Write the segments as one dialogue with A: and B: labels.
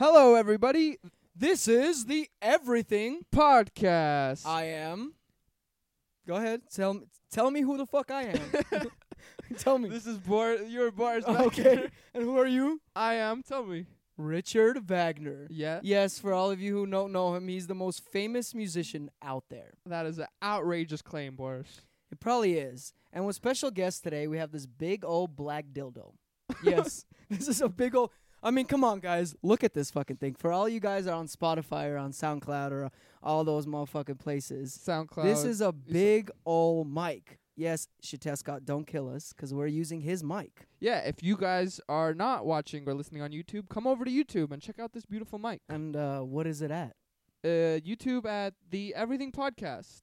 A: Hello, everybody.
B: This is the everything
A: Podcast.
B: I am. Go ahead. Tell me, tell me who the fuck I am. tell me.
A: this is Boris. You're Boris.
B: Okay.
A: Becker.
B: and who are you?
A: I am. Tell me.
B: Richard Wagner.
A: Yeah.
B: Yes, for all of you who don't know him, he's the most famous musician out there.
A: That is an outrageous claim, Boris.
B: It probably is. And with special guest today, we have this big old black dildo. Yes, this is a big old. I mean, come on, guys, look at this fucking thing. For all you guys that are on Spotify or on SoundCloud or all those motherfucking places,
A: SoundCloud.
B: this is a big old mic. Yes, Shatescott, don't kill us because we're using his mic.
A: Yeah. If you guys are not watching or listening on YouTube, come over to YouTube and check out this beautiful mic.
B: And uh, what is it at?
A: Uh, YouTube at the Everything Podcast.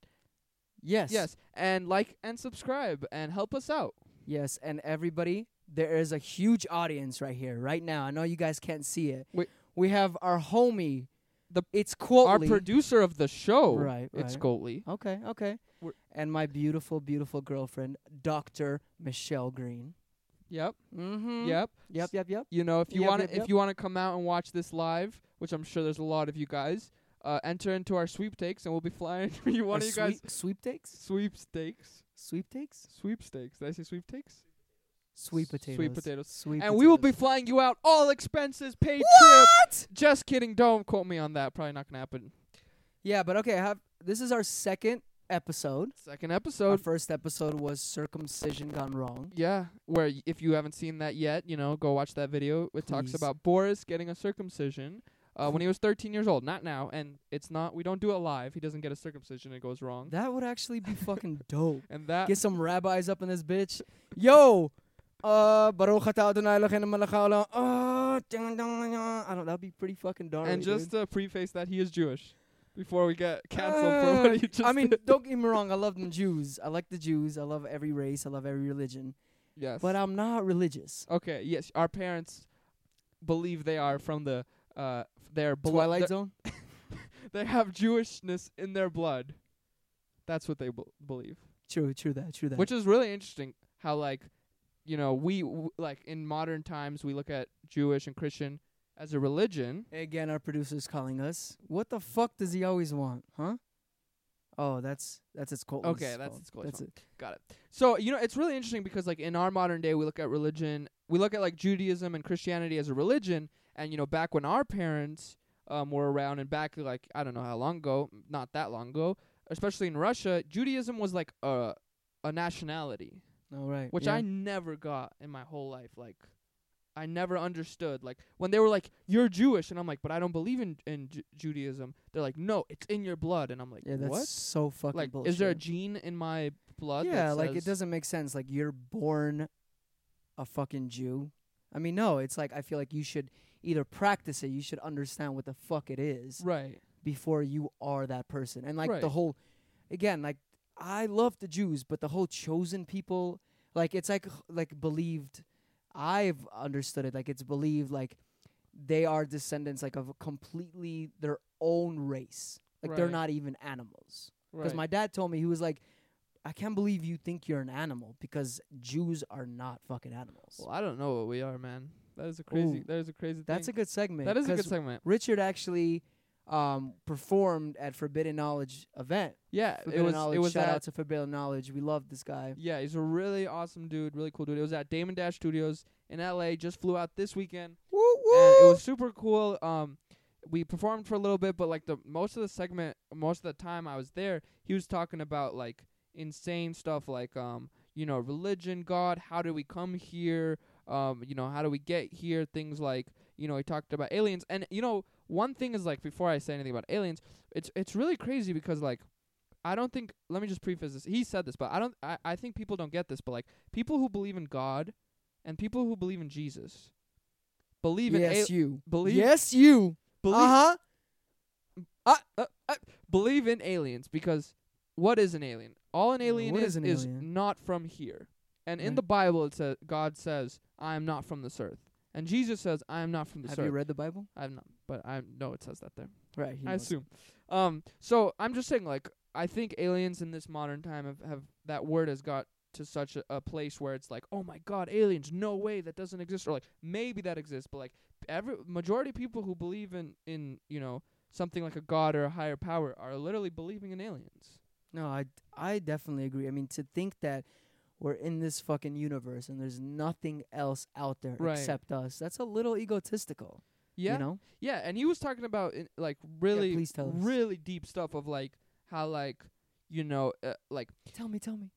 B: Yes,
A: Yes. And like and subscribe and help us out.
B: yes. And everybody, there is a huge audience right here, right now. I know you guys can't see it.
A: Wait.
B: We have our homie.
A: The-
B: it's Quotley.
A: Our producer of the show.
B: Right,
A: It's
B: right.
A: Goatley.
B: Okay, okay.
A: We're-
B: and my beautiful, beautiful girlfriend, Dr. Michelle Green.
A: Yep.
B: Mm-hmm.
A: Yep.
B: Yep, yep, yep.
A: You know, if you
B: Yep,
A: want to
B: yep,
A: if
B: yep.
A: you want to come out and watch this live, which I'm sure there's a lot of you guys, uh, enter into our sweepstakes and we'll be flying for you one
B: Or
A: of you guys
B: sweep, sweep takes?
A: sweepstakes.
B: Sweep takes?
A: Sweepstakes. Did I say sweeptakes?
B: Sweet
A: Sweet
B: potatoes.
A: potatoes.
B: Sweet
A: And we will be
B: potatoes.
A: flying you out all expenses paid
B: What?
A: trip. Just kidding. Don't quote me on that. Probably not going to happen.
B: Yeah, but okay, I have, this is our second episode.
A: Second
B: Our
A: episode.
B: first episode was circumcision gone wrong.
A: Yeah, where y- if you haven't seen that yet, you know, go watch that video. It talks
B: Please.
A: about Boris getting a circumcision uh, when he was 13 years old. Not now, and it's not. We don't do it live. He doesn't get a circumcision. It goes wrong.
B: That would actually be fucking dope.
A: and that
B: Get some rabbis up in this bitch. Yo! Uh, Baruch atah Adonai Eloheinu melech haolam. Uh, dun, dun, dun, dun. I don't. That'd be pretty fucking gnarly.
A: and
B: dude.
A: just to preface that he is Jewish, before we get canceled for what
B: Uh,
A: you just.
B: I mean,
A: did.
B: don't get me wrong. I love the Jews. I like the Jews. I love every race. I love every religion.
A: yes.
B: But I'm not religious.
A: okay. Yes, our parents believe they are from the uh their blood.
B: Twilight Zone.
A: They have Jewishness in their blood. That's what they b- believe.
B: True. True that. True that.
A: which is really interesting how like you know we w- like in modern times we look at jewish and christian as a religion
B: again, our producer's calling us. What the fuck does he always want, huh? Oh, that's that's its cold.
A: Okay, that's its Colt's
B: That's
A: phone.
B: it.
A: got it so you know it's really interesting because like in our modern day we look at religion we look at like judaism and christianity as a religion and you know back when our parents um, were around and back like i don't know how long ago not that long ago especially in russia judaism was like a a nationality
B: All right.
A: which
B: yeah.
A: I never got in my whole life. Like, I never understood. Like when they were like, "You're Jewish," and I'm like, "But I don't believe in in Ju- Judaism." They're like, "No, it's in your blood," and I'm like,
B: Yeah, that's
A: "What?
B: so fucking
A: Like,
B: bullshit.
A: is there a gene in my blood?"
B: Yeah,
A: that
B: like it
A: says-
B: doesn't make sense. Like you're born a fucking Jew. I mean, no, it's like I feel like you should either practice it, you should understand what the fuck it is
A: Right.
B: before you are that person. And like
A: Right.
B: the whole again, like I love the Jews, but the whole chosen people, like it's like like believed I've understood it like it's believed like they are descendants like of completely their own race. Like they're
A: Right.
B: not even animals. Because
A: Right.
B: my dad told me, he was like, I can't believe you think you're an animal because Jews are not fucking animals.
A: well, I don't know what we are, man. That is a crazy.
B: Ooh,
A: that is a crazy.
B: That's a
A: thing.
B: good segment.
A: That is a good
B: 'cause
A: segment.
B: Richard actually um, performed at Forbidden Knowledge event.
A: Yeah, it
B: Forbidden
A: was.
B: Knowledge,
A: It was
B: shout
A: at
B: out to Forbidden Knowledge. We love this guy.
A: Yeah, he's a really awesome dude, really cool dude. It was at Damon Dash Studios in LA, just flew out this weekend.
B: Woo
A: And it was super cool. Um we performed for a little bit, but like the most of the segment most of the time I was there, he was talking about like insane stuff like um, you know, religion, God, how do we come here? Um, you know, how do we get here? Things like, you know, he talked about aliens and you know, one thing is like before I say anything about aliens, it's it's really crazy because like I don't think let me just preface this. He said this, but I don't I, I think people don't get this, but like people who believe in God and people who believe in Jesus believe in
B: yes,
A: al-
B: you.
A: believe
B: Yes, you.
A: believe
B: Uh
A: uh, uh, uh, believe in aliens because what is an alien? All an
B: Yeah,
A: alien
B: what
A: is
B: is an
A: is
B: alien?
A: not from here. And in
B: Right.
A: the Bible it says God says, I am not from this earth. And Jesus says, I am not from
B: huh.
A: this
B: Have
A: earth.
B: you read the Bible?
A: I'm not but I know it says that there.
B: Right. he
A: I
B: knows.
A: assume. Um, so I'm just saying, like, I think aliens in this modern time have, have that word has got to such a, a place where it's like, oh my god, aliens, no way, that doesn't exist, or like maybe that exists, but like every majority of people who believe in in you know something like a god or a higher power are literally believing in aliens.
B: No, I I definitely agree. I mean, to think that we're in this fucking universe and there's nothing else out there
A: Right.
B: except us, that's a little egotistical.
A: Yeah,
B: You know?
A: yeah, and he was talking about in, like really,
B: please tell us.
A: really deep stuff of like how like you know uh, like
B: Tell me, tell me.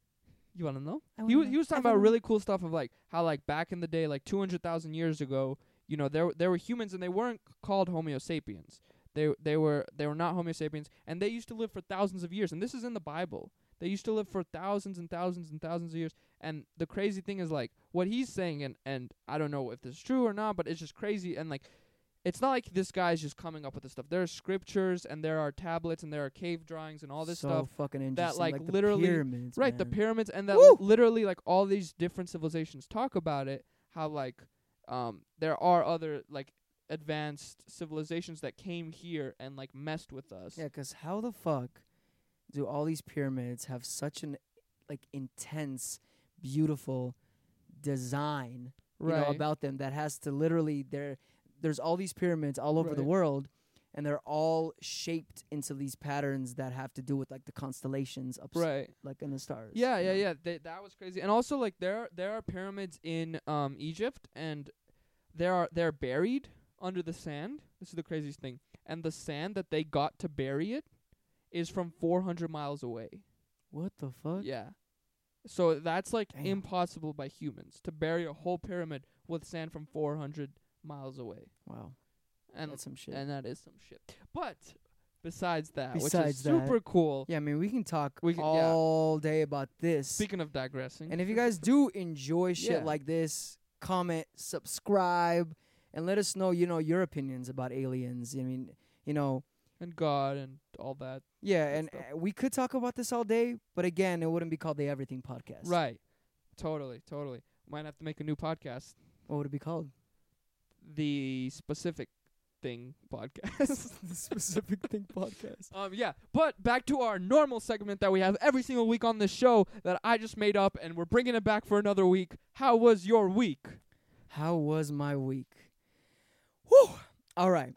A: you want to know.
B: I
A: he
B: wanna
A: was
B: know.
A: he was
B: I
A: talking about
B: wanna
A: really cool stuff of like how like back in the day, like two hundred thousand years ago, you know, there w- there were humans and they weren't c- called Homo sapiens. They they were they were not Homo sapiens, and they used to live for thousands of years. And this is in the Bible. They used to live for thousands and thousands and thousands of years. And the crazy thing is like what he's saying, and and I don't know if this is true or not, but it's just crazy. And like, it's not like this guy's just coming up with this stuff. There are scriptures and there are tablets and there are cave drawings and all this
B: so
A: stuff.
B: fucking interesting.
A: like,
B: the
A: literally-
B: pyramids,
A: Right, the
B: man.
A: pyramids and that
B: Woo!
A: literally like all these different civilizations talk about it, how like um there are other like advanced civilizations that came here and like messed with us.
B: Yeah, 'cause how the fuck do all these pyramids have such an like intense, beautiful design you
A: right.
B: know about them that has to literally there there's all these pyramids all over the
A: Right.
B: world and they're all shaped into these patterns that have to do with like the constellations up s-
A: right.
B: like in the stars.
A: Yeah,
B: you
A: yeah,
B: know?
A: yeah. They, that was crazy. And also like there are, there are pyramids in um Egypt and there are they're buried under the sand. This is the craziest thing. And the sand that they got to bury it is from 400 miles away.
B: What the fuck?
A: Yeah. So that's like
B: Damn.
A: impossible by humans to bury a whole pyramid with sand from 400 miles away.
B: Wow.
A: And
B: That's some shit.
A: and that is some shit. But besides that, which is
B: Besides that.
A: super cool.
B: yeah, I mean we can talk
A: We can- yeah.
B: all day about this.
A: Speaking of digressing.
B: and if you guys do enjoy shit
A: Yeah.
B: like this, comment, subscribe, and let us know, you know, your opinions about aliens. I mean, you know,
A: and God and all that.
B: yeah,
A: Good
B: and
A: stuff.
B: uh, we could talk about this all day, but again, it wouldn't be called the Everything Podcast.
A: Right. Totally, totally. Might have to make a new podcast.
B: What would it be called?
A: The specific thing podcast.
B: the specific thing podcast.
A: Um, yeah, but back to our normal segment that we have every single week on this show that I just made up, and we're bringing it back for another week. How was your week?
B: How was my week? Whew. All right.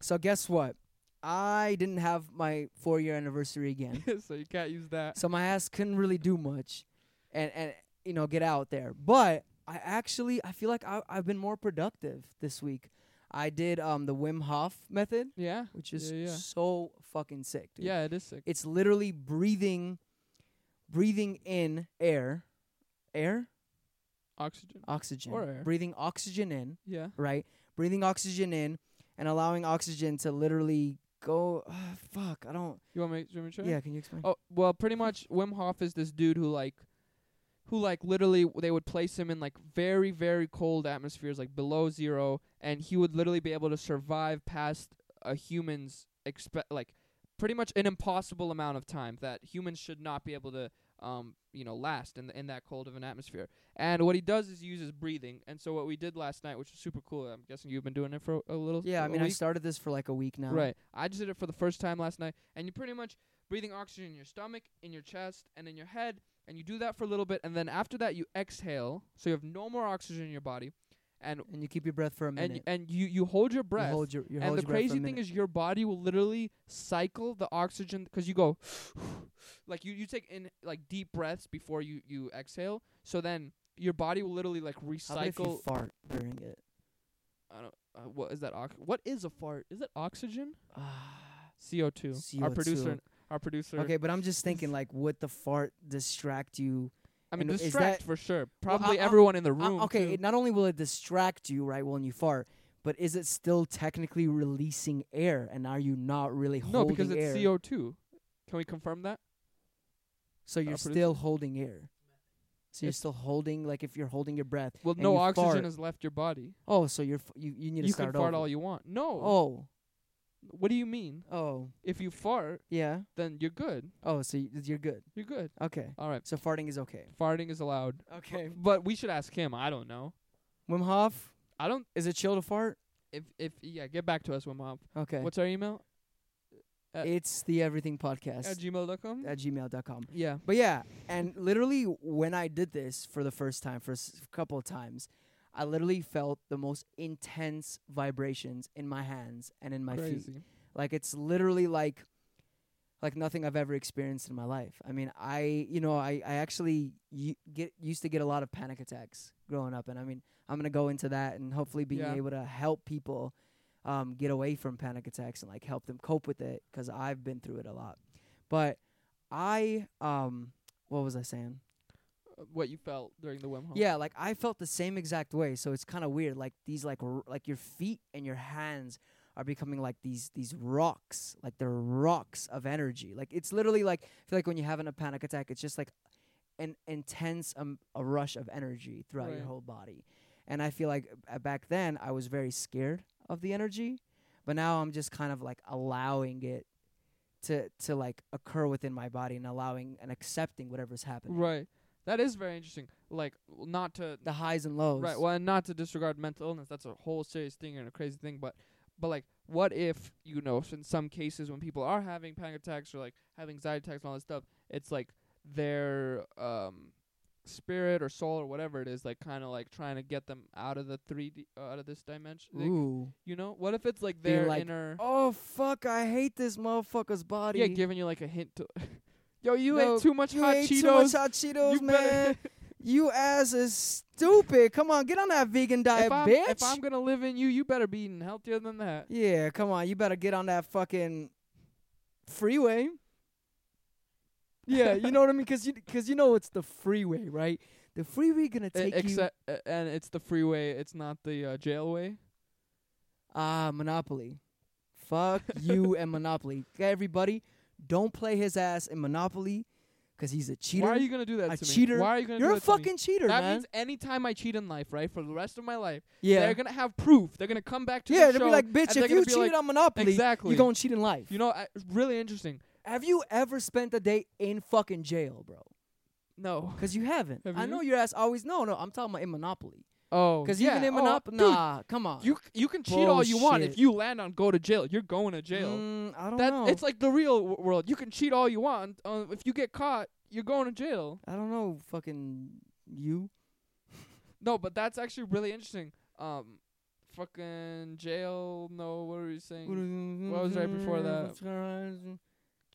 B: so guess what? I didn't have my four year anniversary again.
A: so you can't use that.
B: so my ass couldn't really do much and, and you know, get out there. But I actually I feel like I I've been more productive this week. I did um the Wim Hof method,
A: Yeah,
B: which is
A: Yeah, yeah.
B: so fucking sick, dude.
A: yeah, it is sick.
B: It's literally breathing breathing in air. Air?
A: Oxygen.
B: Oxygen.
A: Or air.
B: Breathing oxygen in
A: Yeah,
B: right? Breathing oxygen in and allowing oxygen to literally go. ah, fuck, I don't.
A: you want me? You want me to try?
B: Yeah, can you explain?
A: Oh well, pretty much Wim Hof is this dude who like, who like literally they would place him in like very very cold atmospheres like below zero, and he would literally be able to survive past a human's expe- like pretty much an impossible amount of time that humans should not be able to um you know last in the, in that cold of an atmosphere. And what he does is he uses breathing. And so what we did last night, which was super cool. I'm guessing you've been doing it for a little.
B: yeah, I
A: a
B: mean, I
A: week?
B: started this for like a week now.
A: Right. I just did it for the first time last night, and you pretty much breathing oxygen in your stomach, in your chest, and in your head, and you do that for a little bit, and then after that you exhale, so you have no more oxygen in your body, and
B: And you keep your breath for a minute.
A: and and you you hold your breath.
B: You hold your, you
A: and
B: hold
A: the
B: your breath for
A: crazy
B: a
A: thing
B: minute.
A: is, your body will literally cycle the oxygen because you go, like you, you take in like deep breaths before you you exhale. So then your body will literally like
B: How about if you
A: recycle.
B: fart during it?
A: I don't. Uh, what is that? Ox- what is a fart? Is it oxygen?
B: Ah,
A: CO two. Our producer.
B: CO2.
A: Our producer.
B: okay, but I'm just thinking, like, would the fart distract you?
A: I mean,
B: And is
A: distract
B: that-
A: for sure.
B: Well, I-
A: Probably
B: I-
A: everyone in the
B: Uh,
A: room.
B: okay,
A: too.
B: it, not only will it distract you, right, when you fart, but is it still technically releasing air? And are you not really
A: no,
B: holding
A: because
B: air?
A: it's CO two. Can we confirm that?
B: So you're
A: producer?
B: still holding air. So you're
A: It's-
B: still holding, like if you're holding your breath.
A: Well,
B: and
A: no
B: you
A: oxygen
B: fart-
A: has left your body.
B: Oh, so you're f- you you need to
A: You can
B: start
A: fart
B: over.
A: all you want. No.
B: oh,
A: What do you mean?
B: oh,
A: If you fart,
B: yeah.
A: then you're good.
B: Oh, so y- you're good.
A: You're good.
B: Okay,
A: All right.
B: so farting is okay.
A: Farting is allowed.
B: Okay.
A: But we should ask him. I don't know.
B: Wim Hof,
A: I don't.
B: is it chill to fart?
A: If if yeah, get back to us, Wim Hof.
B: Okay.
A: What's our email? uh,
B: it's the Everything Podcast
A: At gmail.com.
B: at gmail.com.
A: yeah.
B: But yeah, and literally when I did this for the first time, for a couple of times, I literally felt the most intense vibrations in my hands and in my feet.
A: Crazy.
B: Like it's literally like like nothing I've ever experienced in my life. I mean, I you know I I actually y- get used to get a lot of panic attacks growing up, and I mean I'm gonna go into that and hopefully being
A: Yeah.
B: able to help people um, get away from panic attacks and like help them cope with it because I've been through it a lot. But I um what was I saying?
A: Uh, What you felt during the Wim Hof?
B: Yeah, like I felt the same exact way. So it's kind of weird. Like these, like r- like your feet and your hands are becoming like these these rocks. Like they're rocks of energy. Like it's literally like I feel like when you're having a panic attack, it's just like an intense um, a rush of energy throughout your
A: Right.
B: whole body. And I feel like uh, back then I was very scared of the energy, but now I'm just kind of like allowing it to to like occur within my body and allowing and accepting whatever's happening.
A: Right. That is very interesting. Like, w- not to
B: The highs and lows.
A: Right. Well, and not to disregard mental illness, that's a whole serious thing and a crazy thing. But, but like, what if you know, s- in some cases when people are having panic attacks or like having anxiety attacks and all this stuff, it's like their um spirit or soul or whatever it is, like kind of like trying to get them out of the three D, uh, out of this dimension. like,
B: Ooh.
A: you know, what if it's like
B: Being
A: their
B: like,
A: inner,
B: Oh fuck! I hate this motherfucker's body.
A: yeah, giving you like a hint to, yo, you
B: Yo,
A: ate too much
B: you
A: hot
B: ate
A: Cheetos.
B: too much hot Cheetos,
A: you
B: man.
A: better.
B: you ass is stupid. Come on, get on that vegan diet,
A: if, I'm,
B: bitch.
A: if I'm gonna live in you, you better be eating healthier than that.
B: yeah, come on. You better get on that fucking freeway. Yeah, you know what I mean? Cause you, cause you know it's the freeway, right? The freeway gonna
A: E-
B: take you.
A: except uh, and it's the freeway it's not the uh, jailway
B: Ah, Monopoly. Fuck you and Monopoly. Everybody, don't play his ass in Monopoly, cause he's a cheater.
A: why are you gonna do that
B: A
A: to
B: cheater.
A: me why are you gonna
B: You're
A: do
B: a
A: that to me?
B: fucking cheater,
A: that
B: man.
A: means anytime i cheat in life right for the rest of my life
B: yeah.
A: they're gonna have proof they're gonna come back to
B: yeah,
A: the
B: they'll
A: show
B: be like,
A: and
B: bitch,
A: they're
B: if
A: gonna
B: you
A: be
B: cheated
A: like,
B: on Monopoly,
A: exactly
B: you're going to cheat in life.
A: you know I, really interesting
B: have you ever spent a day in fucking jail, bro?
A: no
B: 'Cause you haven't.
A: Have
B: I
A: you?
B: know your ass always. No, no, I'm talking about in Monopoly.
A: oh
B: 'Cause
A: yeah.
B: even in
A: oh,
B: Monopoly,
A: dude,
B: nah, come on.
A: you c- you can cheat all you want if
B: Bullshit.
A: you land on go to jail you're going to jail
B: Mm, I don't
A: that
B: know.
A: it's like the real w- world you can cheat all you want uh, if you get caught you're going to jail
B: I don't know, fucking you.
A: No, but that's actually really interesting. Um, fucking jail. No, what were you saying?
B: What
A: was right before that?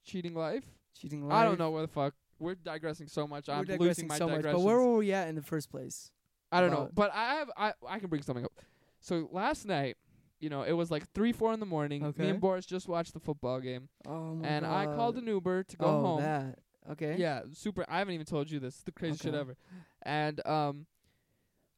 A: Cheating life.
B: Cheating
A: I don't know where the fuck. We're digressing so much.
B: We're
A: I'm losing
B: digressing
A: my
B: so much, but
A: digressions.
B: where were we at in the first place?
A: I don't know.
B: about-
A: But I have. I I can bring something up. So last night, you know, it was like three, four in the morning. Me
B: Okay.
A: and Boris just watched the football game,
B: Oh my
A: and I called an Uber to go
B: oh,
A: home.
B: that. Okay.
A: Yeah, super. I haven't even told you this. It's the craziest shit
B: Okay.
A: ever. And um,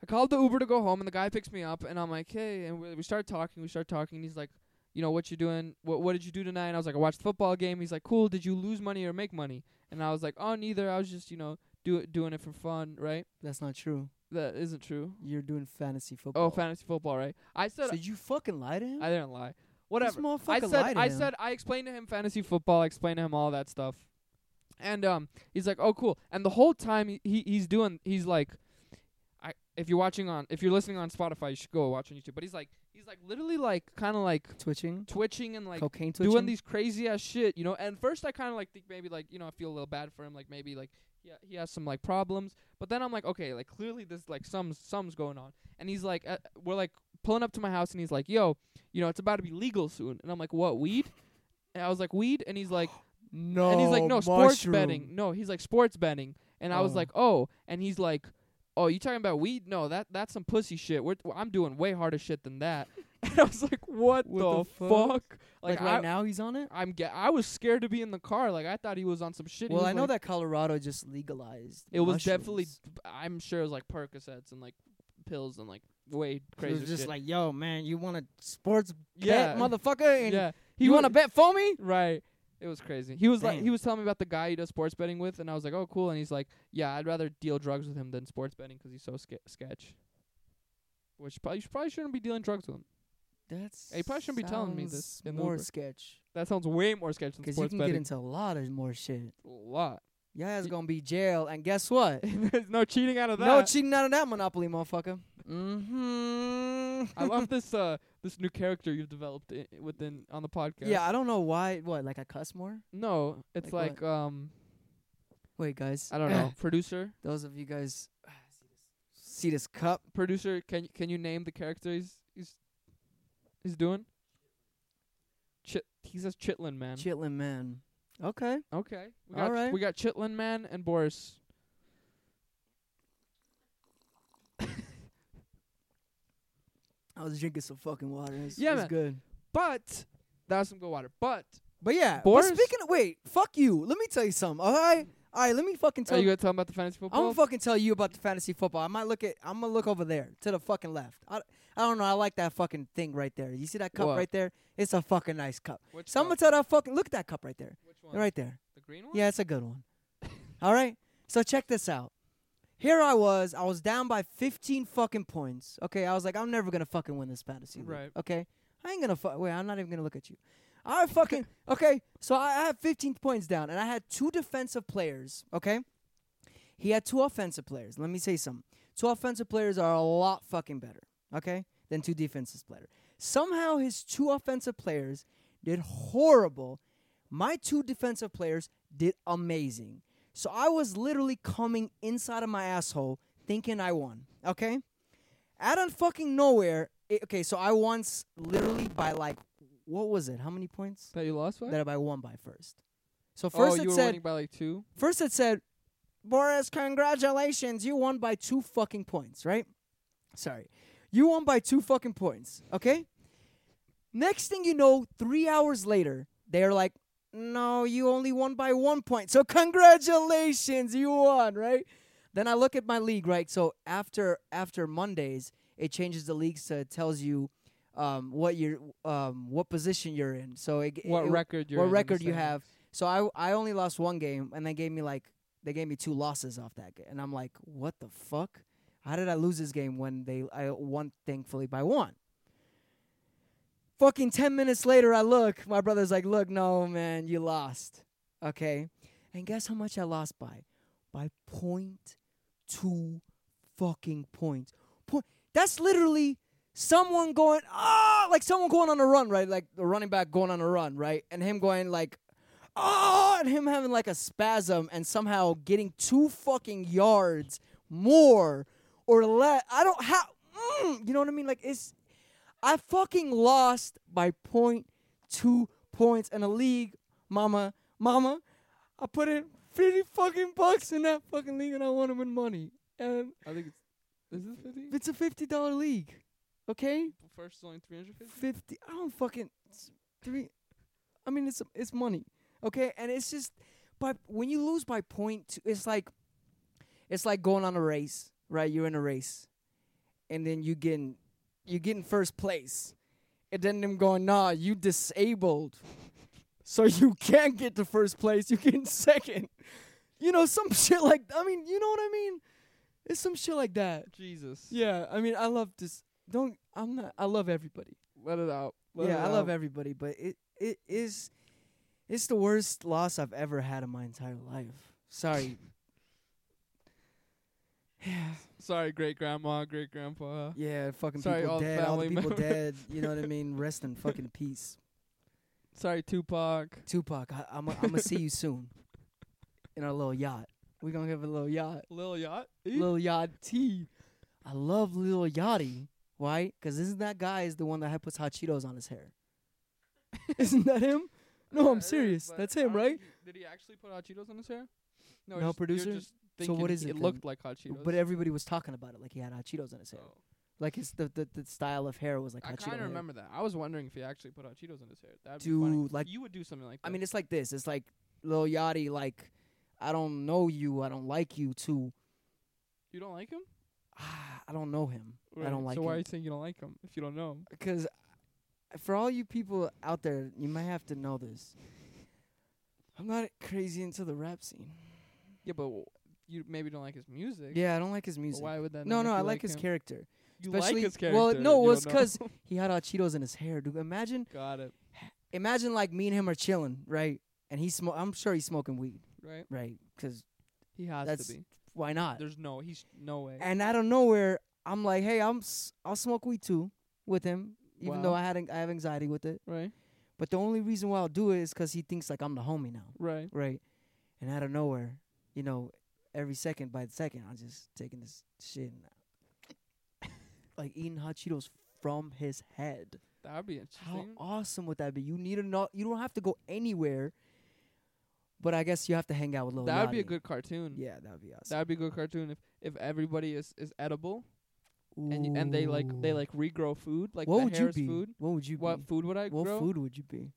A: I called the Uber to go home, and the guy picks me up, and I'm like, hey, and we, we start talking. We start talking. And he's like, you know, what you doing? What What did you do tonight? And I was like, I watched the football game. He's like, cool. Did you lose money or make money? And I was like, oh, neither. I was just, you know, do doing it for fun, right?
B: That's not true.
A: That isn't true.
B: You're doing fantasy football.
A: Oh, fantasy football, right? I said
B: So you fucking lie to him?
A: I didn't lie. Whatever.
B: This motherfucker
A: I
B: lied
A: said
B: to
A: I
B: him.
A: said I explained to him fantasy football, I explained to him all that stuff. And um he's like, "Oh cool." And the whole time he, he he's doing he's like I if you're watching on if you're listening on Spotify, you should go watch on YouTube. But he's like he's like literally like kind of like
B: twitching,
A: twitching and like
B: cocaine twitching.
A: doing these crazy ass shit, you know. And first I kind of like think maybe like, you know, I feel a little bad for him like maybe like yeah, he has some like problems. But then I'm like, okay, like clearly this like some some's going on. And he's like uh, we're like pulling up to my house and he's like, "Yo, you know, it's about to be legal soon." And I'm like, "What, weed?" And I was like, "Weed?" And he's like
B: no,
A: and he's like, "No, sports
B: mushroom.
A: betting." No, he's like sports betting. And I was
B: Oh.
A: like, "Oh." And he's like, "Oh, you talking about weed? No, that that's some pussy shit. We're, I'm doing way harder shit than that." and I was like, "What,
B: What
A: the,
B: the
A: fuck?"
B: fuck? Like,
A: I,
B: right now, he's on it.
A: I'm ge- I was scared to be in the car. Like I thought he was on some shit. He
B: Well,
A: was
B: I know that
A: like-
B: Colorado just legalized.
A: it was
B: mushrooms.
A: definitely. I'm sure it was like Percocets and like pills and like way
B: It
A: crazy.
B: was just
A: shit.
B: like, yo, man, you want to sports
A: yeah,
B: bet, motherfucker, and
A: yeah. He
B: you
A: wa-
B: want to bet for me?
A: right. It was crazy. He was like,
B: Damn.
A: he was telling me about the guy he does sports betting with, and I was like, oh, cool. And he's like, yeah, I'd rather deal drugs with him than sports betting 'cause he's so ske- sketch. Which probably you should- probably shouldn't be dealing drugs with him.
B: That's.
A: Hey, you probably shouldn't be telling me this
B: sounds
A: in the
B: More
A: Uber.
B: sketch,
A: That sounds way more sketch than
B: 'cause you
A: sports
B: can
A: betting.
B: get into a lot of more shit.
A: a lot.
B: Your ass
A: Y-
B: gonna be jail, and guess what?
A: There's no cheating out of that.
B: No cheating out of that monopoly, motherfucker. Mm-hmm.
A: I love this uh this new character you've developed I- within on the podcast.
B: Yeah, I don't know why. What, like I cuss more?
A: No, it's like,
B: Like
A: um
B: Wait, guys.
A: I don't know, producer.
B: Those of you guys, see this cup.
A: Producer, can y- can you name the character he's he's he's doing? Chit he says Chitlin Man.
B: Chitlin man. Okay.
A: okay. We got
B: Alright.
A: we got Chitlin Man and Boris.
B: I was drinking some fucking water. It's,
A: Yeah,
B: it's
A: man.
B: good.
A: But that was some good water. But
B: But yeah,
A: Boris-
B: but speaking of wait, fuck you. Let me tell you something. All right, all right. Let me fucking
A: are
B: tell
A: you
B: you.
A: gonna tell him about the fantasy
B: I'm
A: football?
B: gonna fucking tell you about the fantasy football. I might look at. I'm gonna look over there to the fucking left. I, I don't know. I like that fucking thing right there. You see that cup
A: What?
B: right there? It's a fucking nice cup.
A: Which
B: So I'm gonna
A: one?
B: tell that fucking. Look at that cup right there.
A: Which one?
B: Right there.
A: The green one?
B: Yeah, it's a good one. all right. So check this out. Here I was. I was down by 15 fucking points. Okay. I was like, I'm never gonna fucking win this fantasy. league.
A: Right.
B: Okay. I ain't gonna fuck. Wait, I'm not even gonna look at you. I fucking okay. So I, I have 15 points down, and I had two defensive players. Okay. He had two offensive players. Let me say something. Two offensive players are a lot fucking better. Okay. Than two defensive players. Somehow his two offensive players did horrible. My two defensive players did amazing. So I was literally coming inside of my asshole thinking I won. Okay? Out of fucking nowhere, it, okay, so I won s- literally by like, what was it? How many points?
A: That you lost by?
B: That I won by first. So first
A: oh, you
B: it
A: were
B: said,
A: winning by like two.
B: First, it said, Boris, congratulations. You won by two fucking points, right? Sorry. You won by two fucking points, okay? Next thing you know, three hours later, they're like, no, you only won by one point. So, congratulations, you won, right? Then I look at my league, right? So, after after Mondays, it changes the leagues to it tells you um, what you're, um, what position you're in. So, it,
A: What
B: it,
A: record you're
B: what
A: in in the
B: record you
A: standings.
B: have. So I I only lost one game, and they gave me like they gave me two losses off that game, and I'm like, what the fuck? How did I lose this game when they I won thankfully by one? Fucking ten minutes later, I look. My brother's like, look, no man, you lost. Okay, and guess how much I lost by? By point two fucking points. Point. That's literally someone going ah like someone going on a run right like the running back going on a run right and him going like ah and him having like a spasm and somehow getting two fucking yards more or less i don't how mm, you know what i mean like it's i fucking lost by point two points in a league mama mama i put in 50 fucking bucks in that fucking league and i want to win money and
A: I think it's is this fifty?
B: it's a $50 league okay
A: First is only three hundred fifty.
B: fifty. I don't fucking it's three. I mean, it's it's money, okay? And it's just, but when you lose by point, two, it's like, it's like going on a race, right? You're in a race, and then you getting you getting first place, and then them going, nah, you disabled, so you can't get to first place. You getting second, you know, some shit like I mean, you know what I mean? It's some shit like that.
A: Jesus.
B: Yeah, I mean, I love this. Don't I'm not. I love everybody
A: Let it out. Let
B: yeah,
A: it
B: I love
A: out.
B: everybody, but it it is it's the worst loss I've ever had in my entire life. Sorry.
A: Sorry, great grandma, great grandpa.
B: yeah, fucking
A: Sorry,
B: people
A: all
B: dead, all the
A: family
B: people
A: members.
B: dead, you know what I mean? Rest in fucking peace.
A: Sorry, Tupac.
B: Tupac, I, I'm going to see you soon in our little yacht. We're going to have a little yacht.
A: Lil Yacht.
B: Lil Yachty. I love Lil Yachty. Why? Because isn't that guy is the one that had puts hot Cheetos on his hair? isn't that him? No, I'm serious. That's him, right?
A: did he actually put hot Cheetos on his hair?
B: No,
A: you're you're
B: producer?
A: just
B: So what
A: thinking
B: is it
A: It
B: then?
A: looked like hot Cheetos.
B: But everybody was talking about it, like he had hot Cheetos in his hair.
A: Oh.
B: Like his the, the, the style of hair was like
A: I
B: hot Cheeto.
A: kind
B: hair.
A: of remember that. I was wondering if he actually put hot Cheetos in his hair. That'd be funny.
B: Dude, like
A: you would do something like that.
B: I mean, it's like this. It's like Lil Yachty, like I don't know you, I don't like you too.
A: you don't like him.
B: Ah, I don't know him. I
A: Right,
B: don't like
A: So why are you
B: him
A: saying you don't like him if you don't know him?
B: because for all you people out there, you might have to know this. I'm not crazy into the rap scene.
A: Yeah, but w- you maybe don't like his music.
B: Yeah, I don't like his
A: but
B: music.
A: Why would that?
B: No,
A: not
B: no,
A: make
B: I
A: you
B: like his
A: him?
B: character.
A: You like
B: especially-
A: his character.
B: well, no,
A: you
B: well, it's
A: don't know.
B: 'cause He had hot Cheetos in his hair, dude. Imagine
A: Got it.
B: imagine like me and him are chilling, right? And he's smoke. I'm sure he's smoking weed,
A: Right.
B: right? 'Cause
A: He has
B: That's-
A: to be.
B: why not?
A: There's no. He's no way.
B: And out of nowhere, I'm like, hey, I'm s- I'll smoke weed too with him, even though
A: Wow.
B: I had an- I have anxiety with it.
A: right.
B: But the only reason why I'll do it is 'cause he thinks like I'm the homie now,
A: Right.
B: right? And out of nowhere, you know, every second by the second, I'm just taking this shit. And like eating hot Cheetos from his head.
A: That would be
B: How
A: interesting.
B: awesome would that be? You need to not. You don't have to go anywhere. But I guess you have to hang out with Lil.
A: That would be a
B: Yachty.
A: good cartoon.
B: Yeah, that would be awesome.
A: That would be a good cartoon if if everybody is is edible and y- and they like they
B: Ooh.
A: like regrow food like
B: what
A: the
B: would you
A: hair's
B: be?
A: food.
B: What would you
A: What
B: be?
A: food would I
B: What
A: grow?
B: food would you be?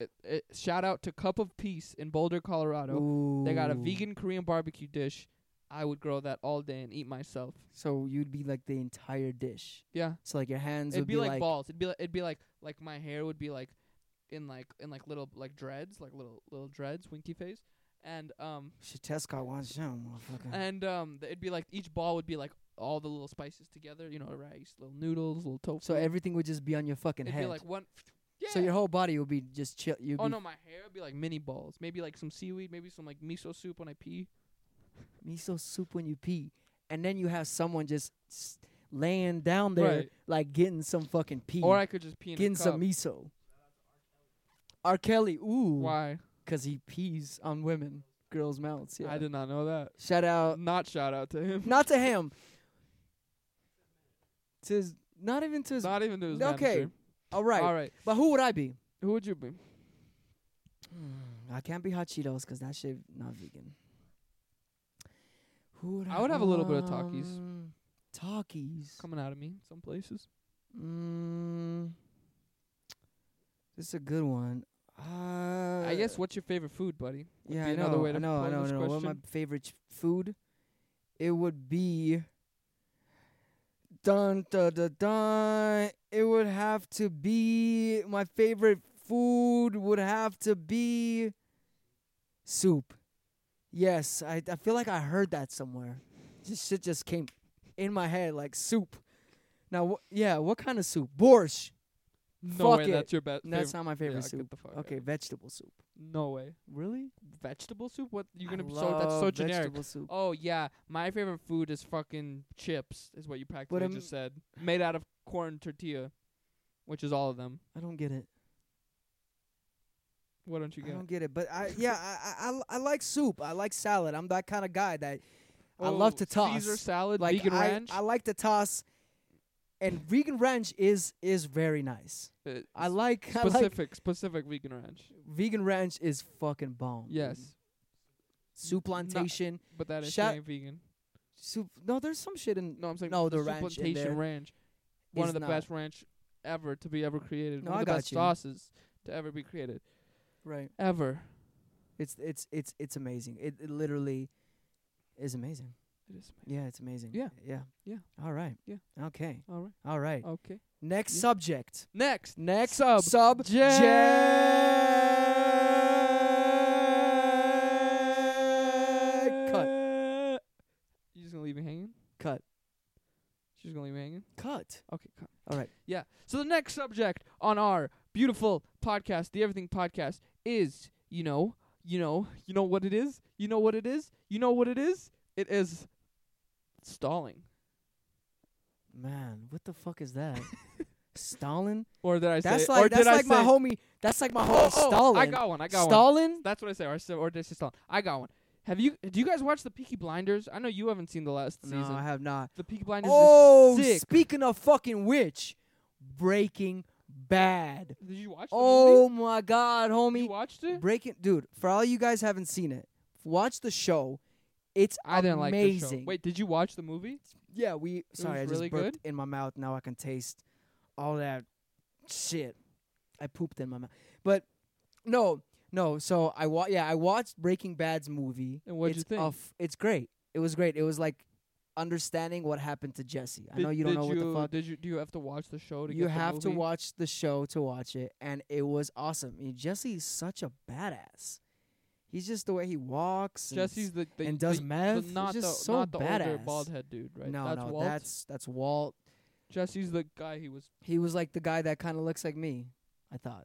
A: It, it, shout out to Cup of Peace in Boulder, Colorado. They got a
B: Ooh.
A: vegan Korean barbecue dish. I would grow that all day and eat myself.
B: So you'd be like the entire dish.
A: Yeah,
B: So like your hands
A: it'd
B: would
A: be, like, balls. It'd be like, it'd be like like my hair would be like in like in like little like dreads, like little little dreads, winky face, and um
B: Shit, Tescott wants some motherfucker.
A: and um th- it'd be like each ball would be like all the little spices together. You know, rice, little noodles, little tofu.
B: so everything would just be on your fucking
A: it'd
B: head.
A: be like one. Yeah.
B: So your whole body would be just chill. You'd
A: oh
B: be
A: no, my hair would be like mini balls. Maybe like some seaweed. Maybe some like miso soup when I pee.
B: miso soup when you pee, and then you have someone just s- laying down there
A: Right.
B: like getting some fucking pee,
A: Or I could just pee in
B: getting
A: a cup.
B: some miso. R. Kelly, ooh,
A: Why?
B: 'cause he pees on women, girls' mouths. Yeah.
A: I did not know that.
B: Shout out,
A: Not shout out to him.
B: not to him, to his, not even to his.
A: Not even to his
B: Okay,
A: manager.
B: all right,
A: All right.
B: but who would I be?
A: Who would you be?
B: Hmm, I can't be hot Cheetos 'cause that shit not vegan. Who would I,
A: I would have a little bit of Takis.
B: um, Takis.
A: Coming out of me some places.
B: Mm, this is a good one. Uh,
A: I guess what's your favorite food, buddy? Would
B: yeah,
A: be
B: I
A: another
B: know,
A: way to
B: I know, I
A: pose
B: know,
A: this
B: I know. What my
A: question.
B: favorite ch- food? It would be. Dun dun dun dun. It would have to be my favorite food. Would have to be soup. Yes, I I feel like I heard that somewhere. This shit just came in my head like soup. Now, wh- yeah, what kind of soup? Borscht.
A: No
B: Fuck
A: way
B: it.
A: that's your best
B: That's not my favorite soup. Okay,
A: okay.
B: vegetable soup.
A: No way.
B: Really?
A: Vegetable soup? What you're gonna
B: I
A: be so that's so
B: love
A: generic.
B: Vegetable soup.
A: Oh yeah. My favorite food is fucking chips, is what you practically
B: I'm-
A: just said. Made out of corn tortilla. Which is all of them.
B: I don't get it.
A: What don't you
B: I
A: get?
B: don't get it. But I yeah, I, I- I l- I like soup. I like salad. I'm that kind of guy that I love
A: Oh,
B: to toss.
A: Caesar salad,
B: like
A: vegan
B: I,
A: ranch.
B: I like to toss. And vegan ranch is is very nice.
A: Uh,
B: I like I like
A: specific specific vegan ranch.
B: vegan ranch is fucking bomb. dude.
A: Yes.
B: Soup plantation.
A: But that is
B: Shout-
A: saying vegan.
B: soup no, there's some shit in
A: No, I'm saying
B: No,
A: the,
B: the
A: Soup
B: ranch in
A: plantation
B: there
A: ranch. One
B: is
A: of the
B: not.
A: best ranch ever to be ever created.
B: No,
A: One of the
B: I got
A: best
B: you.
A: sauces to ever be created.
B: Right.
A: Ever.
B: It's it's it's it's amazing. It, it literally is amazing.
A: It is amazing.
B: Yeah, it's amazing.
A: Yeah.
B: Yeah.
A: Yeah.
B: All right.
A: Yeah.
B: Okay.
A: All right.
B: All right.
A: Okay.
B: Next
A: Yeah.
B: subject.
A: Next.
B: Next
A: Sub-
B: Subject. Cut.
A: You just gonna leave me hanging?
B: Cut.
A: She's gonna leave me hanging?
B: Cut.
A: Okay, cut.
B: All right.
A: Yeah. So the next subject on our beautiful podcast, the Everything Podcast, is you know, you know, you know what it is, you know what it is, you know what it is. It is stalling.
B: Man, what the fuck is that? Stalin?
A: Or did I say?
B: That's
A: or
B: like that's
A: did I
B: like my
A: say-
B: homie. That's like my homie
A: Oh,
B: Stalin.
A: I got one. I got one.
B: Stalin?
A: That's what I say. Or, I said- or did I say Stalin? I got one. Have you? Do you guys watch the Peaky Blinders? I know you haven't seen the last
B: No,
A: season.
B: I have not.
A: the Peaky Blinders
B: Oh,
A: is sick.
B: speaking of fucking which, Breaking Bad.
A: Did you watch? The
B: Oh my god,
A: movie? you
B: homie.
A: watched it.
B: Breaking Dude, for all you guys haven't seen it, watch the show. It's
A: I didn't like the show.
B: amazing.
A: Wait, did you watch the movie?
B: Yeah, we. Sorry, I
A: was
B: just
A: really
B: burped in my mouth. Now I can taste all that shit. I pooped in my mouth, but no, no. So I wa- yeah, I watched Breaking Bad's movie.
A: And what'd you
B: It's
A: think?
B: a f- it's great. It was great. It was like understanding what happened to Jesse. I
A: Did-
B: know you don't
A: did
B: know what
A: you-
B: the fuck.
A: Did you do you have to watch the show to
B: You
A: get the
B: have to
A: movie?
B: watch the show to watch it, and it was awesome. I mean, Jesse is such a badass. He's just the way he walks. and
A: Jesse's the, the
B: and does
A: the,
B: meth.
A: The,
B: It's
A: not
B: just
A: the
B: so
A: not the older
B: badass.
A: bald head dude, right?
B: No,
A: that's
B: no,
A: Walt.
B: that's that's Walt.
A: Jesse's the guy he was.
B: He was like the guy that kind of looks like me. I thought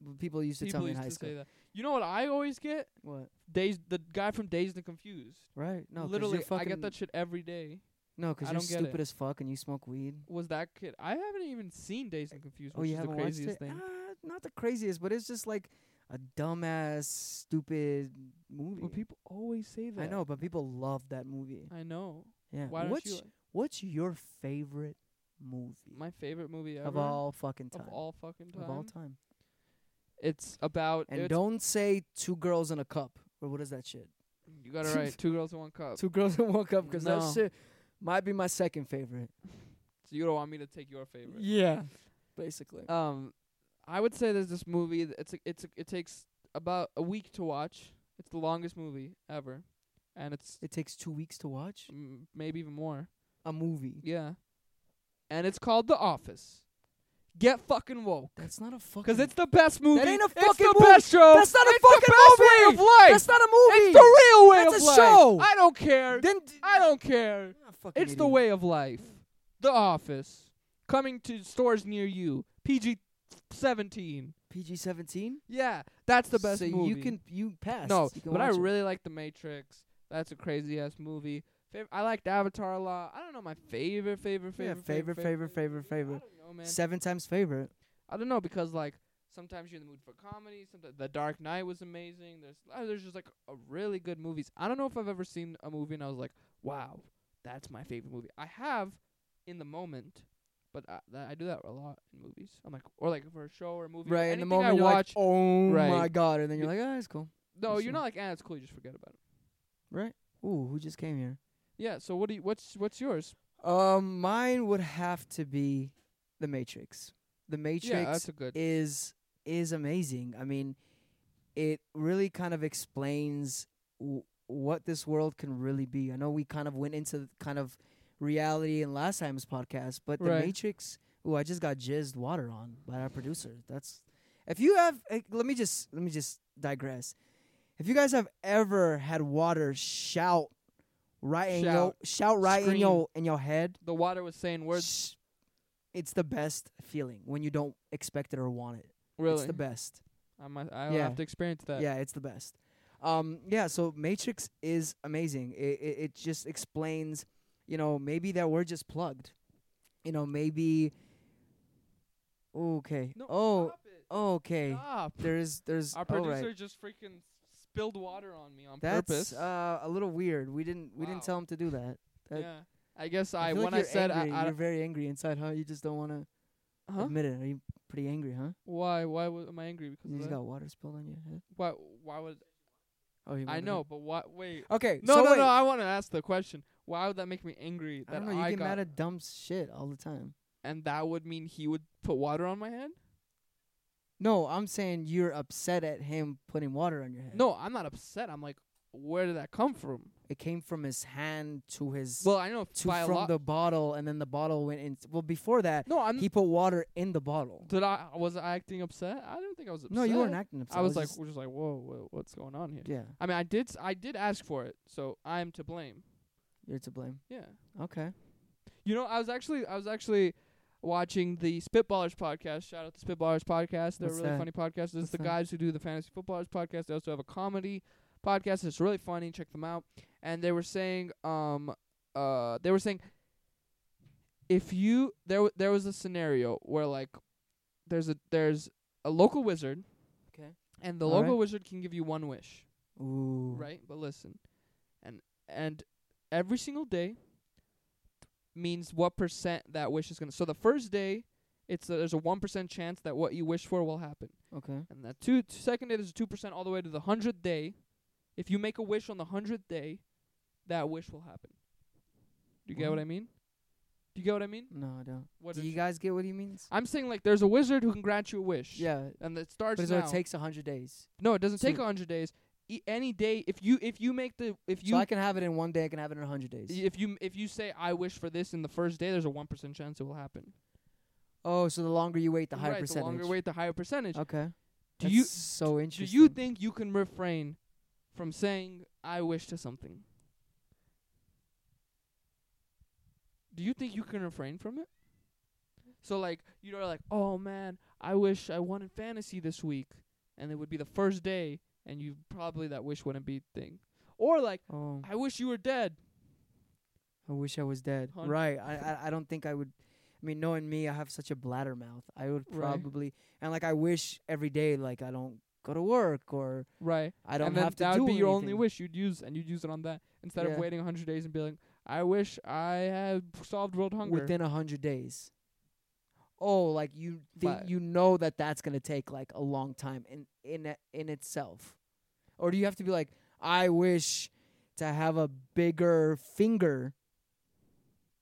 B: W- people used to
A: People
B: tell me in
A: used
B: high
A: to
B: school.
A: say that. You know what I always get?
B: What?
A: Days the guy from Dazed and Confused.
B: Right? No, 'cause
A: literally,
B: you're fucking,
A: I get that shit every day.
B: No, because
A: I
B: you're
A: don't get
B: stupid
A: it.
B: as fuck and you smoke weed.
A: Was that kid? I haven't even seen Dazed and Confused,
B: Oh,
A: which
B: you
A: is the
B: haven't watched
A: craziest
B: it?
A: thing.
B: Ah, not the craziest, but it's just like a dumbass, stupid movie.
A: But people always say that.
B: I know, but people love that movie.
A: I know.
B: Yeah.
A: Why don't
B: what's
A: you?
B: What's your favorite movie
A: My favorite movie ever
B: of all fucking time.
A: of all fucking time.
B: Of all time.
A: It's about
B: And
A: it's-
B: don't say two girls in a cup or what is that shit?
A: you got it right. Two girls and one cup.
B: Two girls in one cup because
A: Uh, No.
B: that shit might be my second favorite.
A: So you don't want me to take your favorite.
B: Yeah, Uh, basically.
A: Um, I would say there's this movie. That it's a, it's a, it takes about a week to watch. It's the longest movie ever, and it's
B: it takes two weeks to watch
A: m- maybe even more.
B: a movie.
A: Yeah, and it's called The Office. Get fucking woke,
B: That's not a fucking.
A: cause it's the best movie.
B: ain't a
A: it's
B: fucking
A: the
B: movie.
A: best show.
B: That's not a
A: it's
B: fucking
A: the best way
B: movie.
A: of life.
B: that's not a movie.
A: it's the real way
B: That's
A: of
B: a
A: life.
B: show.
A: I don't care.
B: then d-
A: I don't care.
B: Ah, fucking
A: It's the
B: idiot.
A: way of life. The Office. Coming to stores near you. PG 17.
B: PG seventeen.
A: Yeah, that's the best
B: so
A: movie.
B: you can you pass.
A: No,
B: You can
A: but I
B: watch it.
A: really like The Matrix. That's a crazy ass movie. Fav- I liked Avatar a lot. I don't know my favorite, favorite,
B: Yeah,
A: favorite,
B: favorite, favorite, favorite,
A: I
B: favorite.
A: don't know, man.
B: Seven times favorite.
A: I don't know because like sometimes you're in the mood for comedy. Sometimes The Dark Knight was amazing. There's uh, there's just like a really good movies. I don't know if I've ever seen a movie and I was like, wow, that's my favorite movie. I have in the moment, but I, that, I do that a lot in movies. I'm like, or like for a show or a movie. or
B: Right in the
A: anything
B: moment,
A: I
B: you're like,
A: watch.
B: oh
A: Right.
B: my god, and then you're
A: Y-
B: like, ah, it's cool.
A: no,
B: it's
A: you're
B: not-
A: not like, ah, it's cool. You just forget about it.
B: Ooh, who just came here?
A: Yeah. So what do you? What's what's yours?
B: Um, mine would have to be The Matrix. The Matrix
A: Yeah, that's a good.
B: is is amazing. I mean, it really kind of explains w- what this world can really be. I know we kind of went into th- kind of reality in last time's podcast, but the
A: Right.
B: Matrix. Ooh, I just got jizzed water on by our producer. That's if you have. eh, Let me just let me just digress. If you guys have ever had water shout right in your
A: Shout.
B: shout right in
A: Scream.
B: your in your head,
A: The water was saying words.
B: Shh. It's the best feeling when you don't expect it or want it.
A: Really,
B: It's the best.
A: I might. I'll
B: Yeah.
A: have to experience that.
B: yeah, it's the best. Um, yeah, so Matrix is amazing. It, it, it just explains, you know, maybe that we're just plugged. You know, maybe. Okay.
A: No,
B: oh,
A: stop it.
B: okay.
A: Stop.
B: There's, there's.
A: Our
B: all
A: producer
B: right.
A: just freaking spilled water on me on
B: That's
A: purpose.
B: uh a little weird. We didn't, we didn't
A: Wow.
B: tell him to do that. that-
A: yeah. I guess I,
B: I feel
A: when
B: like
A: I
B: you're
A: said I,
B: angry.
A: I
B: you're very angry inside, huh? You just don't want to
A: huh?
B: admit it. Are you pretty angry, huh?
A: Why why was am I angry because
B: You
A: of
B: just
A: that?
B: got water spilled on your head.
A: why why would
B: Oh, you
A: I
B: wanted to-
A: know but why wait
B: Okay.
A: no
B: so
A: no
B: wait.
A: no I want to ask the question why would that make me angry
B: I
A: that
B: don't know. You get
A: got
B: mad at dumb shit all the time.
A: and that would mean he would put water on my head
B: No, I'm saying you're upset at him putting water on your head.
A: no I'm not upset I'm like where did that come from
B: it came from his hand to his
A: well I know if
B: to
A: by a
B: from
A: lot
B: the bottle, and then the bottle went in. Well, before that,
A: no I'm
B: he put water in the bottle.
A: did I was I acting upset I didn't think I was upset
B: No, you weren't acting upset.
A: I was
B: it
A: like
B: just-
A: we're just like whoa, whoa what's going on here
B: yeah,
A: I mean I did s I did ask for it so I'm to blame
B: you're to blame.
A: yeah.
B: Okay.
A: You know, I was actually I was actually watching the Spitballers podcast. Shout out to Spitballers podcast. They're
B: What's
A: a really
B: that?
A: funny podcast. It's
B: What's
A: the
B: that?
A: guys who do the Fantasy Footballers podcast. They also have a comedy podcast. It's really funny. Check them out. And they were saying um uh they were saying if you there w- there was a scenario where like there's a there's a local wizard
B: Okay.
A: and the
B: All
A: local
B: right.
A: wizard can give you one wish
B: Ooh.
A: right? But listen, and and every single day means what percent that wish is gonna. So the first day, it's a, there's a one percent chance that what you wish for will happen,
B: Okay.
A: and the two second day there's a two percent all the way to the hundredth day. If you make a wish on the hundredth day, that wish will happen. Do you get what
B: What?
A: I mean? Do you get what I mean?
B: No, I don't.
A: What Ah,
B: Do
A: did
B: you
A: you-
B: guys get what he means?
A: I'm saying like there's a wizard who can grant you a wish.
B: Yeah.
A: And it
B: But
A: starts
B: it's- so
A: now.
B: it takes a hundred days.
A: no, it doesn't take
B: to-
A: a hundred days. E- any day, if you if you make the if you
B: so I can have it in one day. I can have it in a hundred days.
A: if you if you say I wish for this in the first day, there's a one percent chance it will happen.
B: Oh, so the longer you wait, the higher
A: right,
B: percentage.
A: The longer you wait, the higher percentage.
B: Okay.
A: do you
B: That's so
A: do
B: interesting?
A: you think you can refrain from saying I wish to something? Do you think you can refrain from it? So like you know like oh man I wish I won in fantasy this week, and it would be the first day, and you probably that wish wouldn't be thing, or like
B: Oh,
A: I wish you were dead.
B: I wish I was dead.
A: Hun-
B: Right. I, I I don't think I would. I mean, knowing me, I have such a bladder mouth. I would
A: Right.
B: probably and like I wish every day like I don't go to work or
A: Right.
B: I don't
A: and then
B: have to
A: that
B: do
A: would be your only
B: anything.
A: wish you'd use and you'd use it on that instead
B: Yeah.
A: of waiting 100 days and being like I wish I had solved world hunger.
B: within a hundred days. Oh, like you think
A: But-
B: you know that that's gonna take like a long time in in a- in itself, or do you have to be like, I wish to have a bigger finger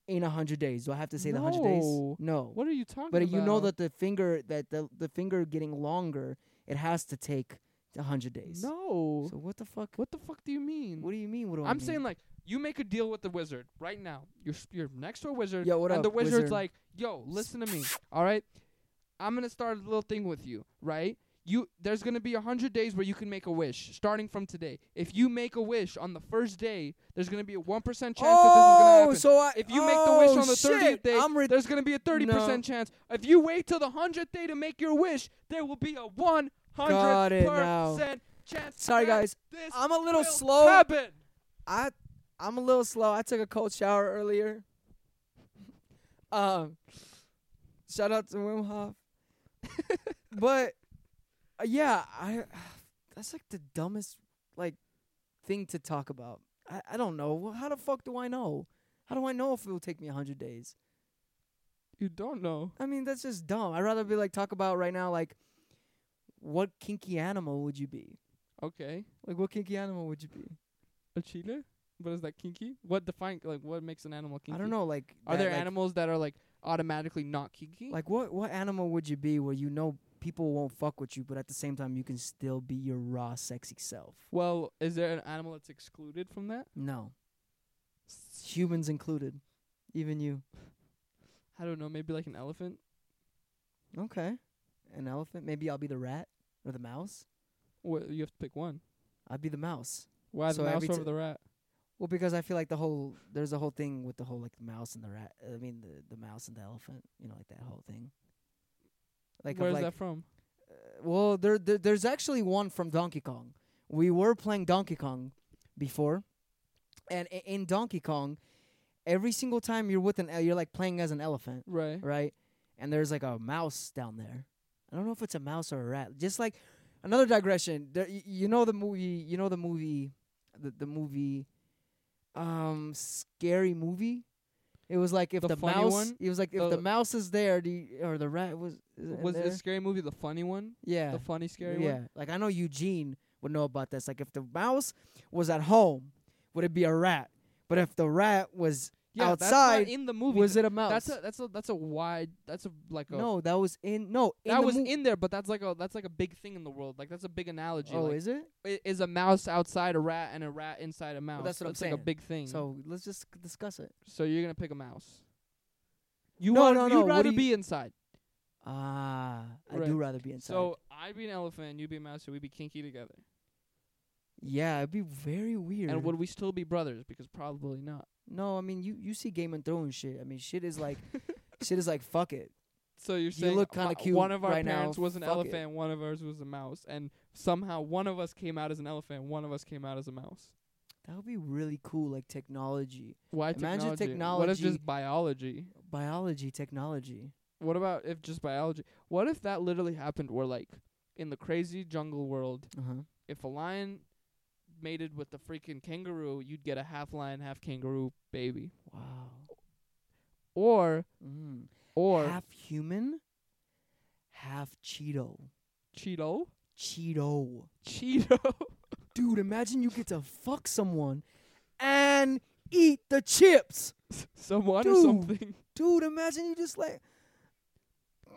B: in a hundred days? Do I have to say the hundred
A: No.
B: days? No.
A: what are you talking
B: but
A: about?
B: you know that the finger that the the finger getting longer, it has to take a hundred days.
A: No.
B: So what the fuck?
A: what the fuck do you mean?
B: What do you mean? What do I
A: I'm
B: mean?
A: saying like you make a deal with the wizard right now. You're s- you're next to a wizard.
B: Yo, what
A: and the
B: up, wizard?
A: wizard's like, yo, listen to me. All right, I'm gonna start a little thing with you. Right? You there's gonna be a hundred days where you can make a wish starting from today. If you make a wish on the first day, there's gonna be a one percent chance that this is gonna
B: oh,
A: happen.
B: so I,
A: if you make the wish
B: oh,
A: on the
B: shit,
A: thirtieth day,
B: I'm re-
A: there's gonna be a thirty percent chance. If you wait till the hundredth day to make your wish, there will be a one
B: Got
A: hundred
B: it now.
A: percent chance.
B: Sorry,
A: that
B: guys.
A: This
B: I'm a little
A: will
B: slow.
A: Happen.
B: I I'm a little slow. I took a cold shower earlier. Um, shout out to Wim Hof. but uh, yeah, I that's like the dumbest like thing to talk about. I, I don't know. Well, How the fuck do I know? How do I know if it will take me a hundred days?
A: You don't know.
B: I mean, that's just dumb. I'd rather be like talk about right now, like what kinky animal would you be?
A: Okay,
B: Like what kinky animal would you be?
A: a cheetah. But is that kinky? What define like what makes an animal kinky?
B: I don't know. Like
A: Are
B: that,
A: there
B: like,
A: animals that are like automatically not kinky?
B: Like what what animal would you be where you know people won't fuck with you, but at the same time you can still be your raw sexy self?
A: well, is there an animal that's excluded from that?
B: No. Humans included. Even you.
A: I don't know. Maybe like an elephant.
B: Okay. An elephant? Maybe I'll be the rat or the mouse?
A: Well, you have to pick one.
B: I'd be the mouse.
A: Why
B: So
A: the mouse
B: every
A: over
B: ti-
A: the rat?
B: Well, because I feel like the whole there's a whole thing with the whole like the mouse and the rat. I mean the the mouse and the elephant, you know, like that whole thing. Like of,
A: Where's
B: like,
A: that from?
B: well, there, there there's actually one from Donkey Kong. We were playing Donkey Kong before, and i- in Donkey Kong, every single time you're with an el- you're like playing as an elephant,
A: Right.
B: right? And there's like a mouse down there. I don't know if it's a mouse or a rat. Just like another digression. There, y- you know the movie. You know the movie. The, the movie. Um, scary movie. It was like if
A: The
B: the,
A: funny
B: mouse.
A: one?
B: It was like if the,
A: The-
B: mouse is there, do you, or the rat was. is in
A: Was
B: there?
A: the scary movie the funny one?
B: yeah
A: The funny scary
B: yeah.
A: one.
B: Like I know Eugene would know about this. Like if the mouse was at home, would it be a rat? But if the rat was
A: Yeah. that's not
B: outside
A: in the movie.
B: was it a mouse?
A: that's a that's a that's a wide that's a like a
B: no, that was in no. In
A: that
B: the
A: was
B: mo-
A: in there, but that's like a that's like a big thing in the world. Like that's a big analogy.
B: Oh,
A: like,
B: is it?
A: i- is a mouse outside a rat and a rat inside a mouse.
B: that's what I'm
A: like a
B: saying.
A: big thing. So,
B: So let's just discuss it.
A: you're gonna pick a mouse. You
B: No,
A: want
B: no, no,
A: you'd
B: what
A: rather
B: do you-
A: be inside.
B: Ah, I
A: Right.
B: do rather be inside.
A: So I'd be an elephant, you'd be a mouse, and we'd be kinky together.
B: yeah, it'd be very weird.
A: And would we still be brothers? Because probably not.
B: no, I mean you you see Game of Thrones shit. I mean shit is like shit is like fuck it.
A: So you're
B: You
A: saying
B: look kinda
A: my-
B: cute
A: one of our
B: right now,
A: parents was an
B: fuck it.
A: elephant, one of ours was a mouse, and somehow one of us came out as an elephant, one of us came out as a mouse.
B: That would be really cool, like technology,
A: Why
B: Imagine
A: technology? What if
B: technology-
A: just biology?
B: biology, technology.
A: What about if just biology? What if that literally happened where like in the crazy jungle world
B: Uh huh.
A: if a lion mated with the freaking kangaroo, you'd get a half lion, half kangaroo baby.
B: Wow.
A: Or
B: Mm.
A: or
B: half human, half Cheeto.
A: Cheeto,
B: Cheeto.
A: Cheeto.
B: Dude, imagine you get to fuck someone and eat the chips.
A: Someone or
B: Dude.
A: something.
B: Dude, imagine you just like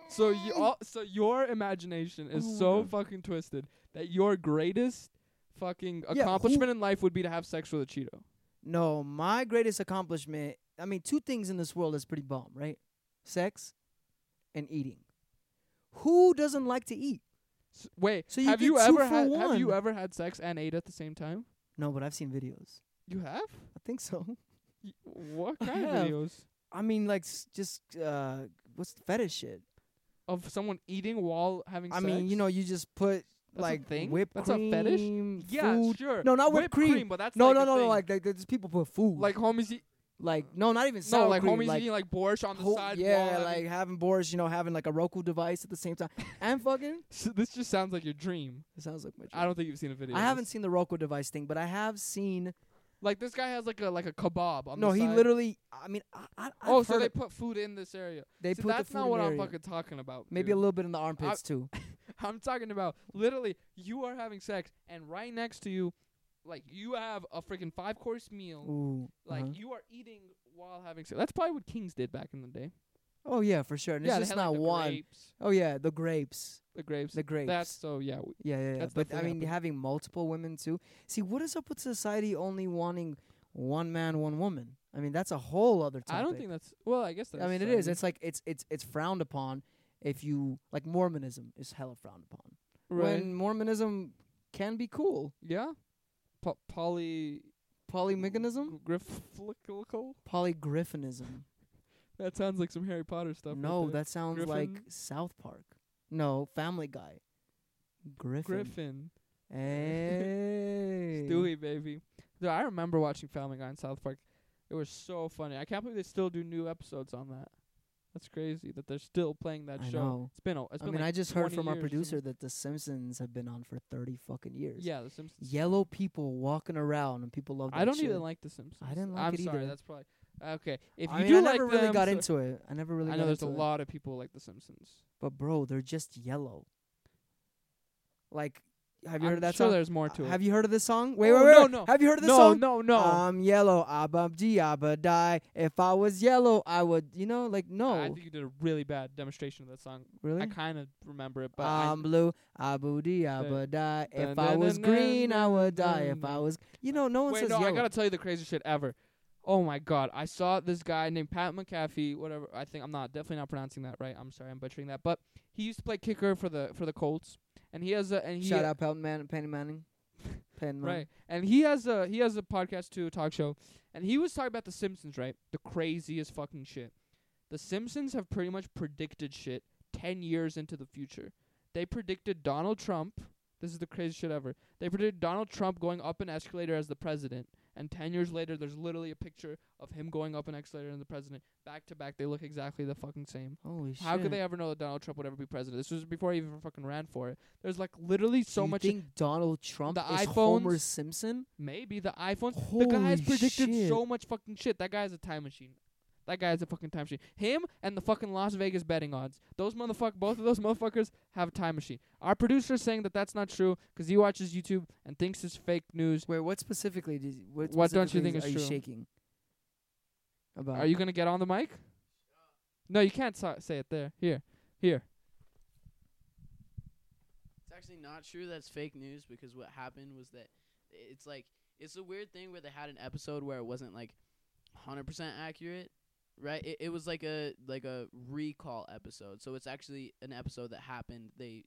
A: So you all, so your imagination is
B: Oh my
A: so
B: God.
A: fucking twisted that your greatest fucking
B: who-
A: accomplishment in life would be to have sex with a Cheeto.
B: No, my greatest accomplishment, I mean two things in this world is pretty bomb, right? Sex and eating. Who doesn't like to eat?
A: S- wait,
B: So you
A: have
B: get
A: you
B: two
A: ever
B: for
A: had have you
B: one.
A: ever had sex and ate at the same time?
B: No, but I've seen videos.
A: You have?
B: I think so.
A: Y- What
B: I
A: kind of
B: have.
A: videos
B: I mean like s- just uh what's the fetish shit?
A: of someone eating while having
B: I
A: sex?
B: mean, you know, you just put
A: That's a
B: like
A: thing?
B: whipped
A: That's a
B: cream,
A: fetish? Yeah,
B: food,
A: sure.
B: No, not whipped cream.
A: but that's
B: No,
A: like
B: no,
A: a
B: no, no.
A: thing.
B: Like, like there's people put food.
A: like homies eat,
B: like no, not even sour
A: no, like
B: cream,
A: homies
B: like,
A: eating like borscht on the
B: ho-
A: side.
B: Yeah,
A: wall. I
B: like
A: mean,
B: having Boris, you know, having like a Roku device at the same time, and fucking.
A: so this just sounds like your dream.
B: It sounds like my. Dream.
A: I don't think you've seen a video.
B: I
A: of
B: haven't
A: this.
B: seen the Roku device thing, but I have seen
A: Like this guy has like a like a kebab on
B: no,
A: the
B: he
A: side.
B: literally. I mean, I, I, I've
A: Oh, so
B: heard
A: they
B: of-
A: put food in this area.
B: they
A: See,
B: put
A: that's
B: the food
A: not
B: in
A: what
B: the
A: I'm
B: area.
A: fucking talking about.
B: Maybe
A: dude.
B: a little bit in the armpits too.
A: I'm talking about literally you are having sex and right next to you, like you have a freaking five course meal.
B: Ooh,
A: Like
B: uh-huh.
A: you are eating while having sex. That's probably what kings did back in the day.
B: oh yeah, for sure. And
A: yeah, they
B: it's just
A: had,
B: not
A: like, the
B: one.
A: Grapes,
B: Oh yeah, the grapes,
A: the grapes.
B: the grapes.
A: That's so yeah. We,
B: yeah, yeah. yeah.
A: that's
B: But I
A: definitely
B: mean,
A: happened.
B: having multiple women too. See, what is up with society only wanting one man, one woman? I mean, that's a whole other topic.
A: I don't think that's well. I guess that's.
B: I mean, it is. It's like it's it's it's frowned upon if you like Mormonism is hella frowned upon.
A: right.
B: When Mormonism can be cool,
A: yeah. Po- poly. Mm.
B: polymygonism,
A: Griflical.
B: polygryphonism.
A: That sounds like some Harry Potter stuff. right
B: no,
A: there.
B: that sounds
A: Griffin?
B: like South Park. No, Family Guy. Griffin.
A: Griffin.
B: Hey.
A: Stewie, baby. Dude, I remember watching Family Guy and South Park. It was so funny. I can't believe they still do new episodes on that. That's crazy that they're still playing that
B: I
A: show.
B: know.
A: It's been a. It's
B: I
A: been
B: mean,
A: like
B: I just heard
A: 20
B: from our
A: years or
B: producer that The Simpsons have been on for thirty fucking years.
A: yeah, The Simpsons.
B: Yellow people walking around and people love. That
A: I don't
B: shit.
A: even like The Simpsons.
B: didn't like
A: I'm
B: it
A: sorry.
B: either.
A: That's probably okay. If
B: I
A: you
B: mean,
A: do
B: I
A: like
B: never really
A: them,
B: got
A: so-
B: into it. I never really.
A: I
B: got
A: know there's a
B: into it.
A: lot of people who like The Simpsons.
B: But bro, they're just yellow. Like, have you
A: I'm
B: heard of that
A: sure
B: song?
A: there's more to
B: Uh,
A: it.
B: Have you heard of this song? Wait, wait,
A: Oh,
B: wait.
A: no,
B: wait.
A: no.
B: Have you heard of this
A: no,
B: song? Uh,
A: no, no,
B: I'm yellow, abba di, abba die. If I was yellow, I would, you know, like no,
A: I think you did a really bad demonstration of that song.
B: really. Uh,
A: I kind of remember it, but I-
B: I'm blue, abu di,
A: Dun,
B: abba die. If
A: dun,
B: I
A: dun,
B: was
A: dun, dun,
B: green, I would
A: dun,
B: die. If
A: dun.
B: I was, you know, no one
A: Wait,
B: says
A: no, I
B: yellow.
A: gotta tell you the craziest shit ever. Oh my god, I saw this guy named Pat McAfee, whatever. I think I'm not definitely not pronouncing that right. I'm sorry, I'm butchering that. But he used to play kicker for the for the Colts, and he has a and he
B: Shout out, Peyton Man, Penny Manning, Penny Manning.
A: right, and he has a he has a podcast too, a talk show, and he was talking about the Simpsons, right? The craziest fucking shit. The Simpsons have pretty much predicted shit ten years into the future. They predicted Donald Trump. This is the craziest shit ever. They predicted Donald Trump going up an escalator as the president, and ten years later, there's literally a picture of him going up an escalator and the president back to back. They look exactly the fucking same.
B: Holy shit!
A: How could they ever know that Donald Trump would ever be president? This was before he even fucking ran for it. There's like literally so
B: Do you
A: much.
B: think Donald Trump
A: The
B: is Homer
A: iPhones-
B: Simpson?
A: Maybe the iPhones. the guy has
B: Holy
A: predicted
B: shit.
A: so much fucking shit. That guy is a time machine. That guy is a fucking time machine. Him and the fucking Las Vegas betting odds. Those motherfuck. Both of those motherfuckers have a time machine. Our producer's saying that that's not true 'cause he watches YouTube and thinks it's fake news.
B: Wait, what specifically did? What,
A: What don't you
B: specifically
A: think is
B: are
A: true?
B: you shaking? About
A: Are you gonna get on the mic? No, you can't so- say it there. Here, here.
C: It's actually not true that's fake news because what happened was that it's like it's a weird thing where they had an episode where it wasn't like 100% accurate, right? It, it was like a like a recall episode. So it's actually an episode that happened. They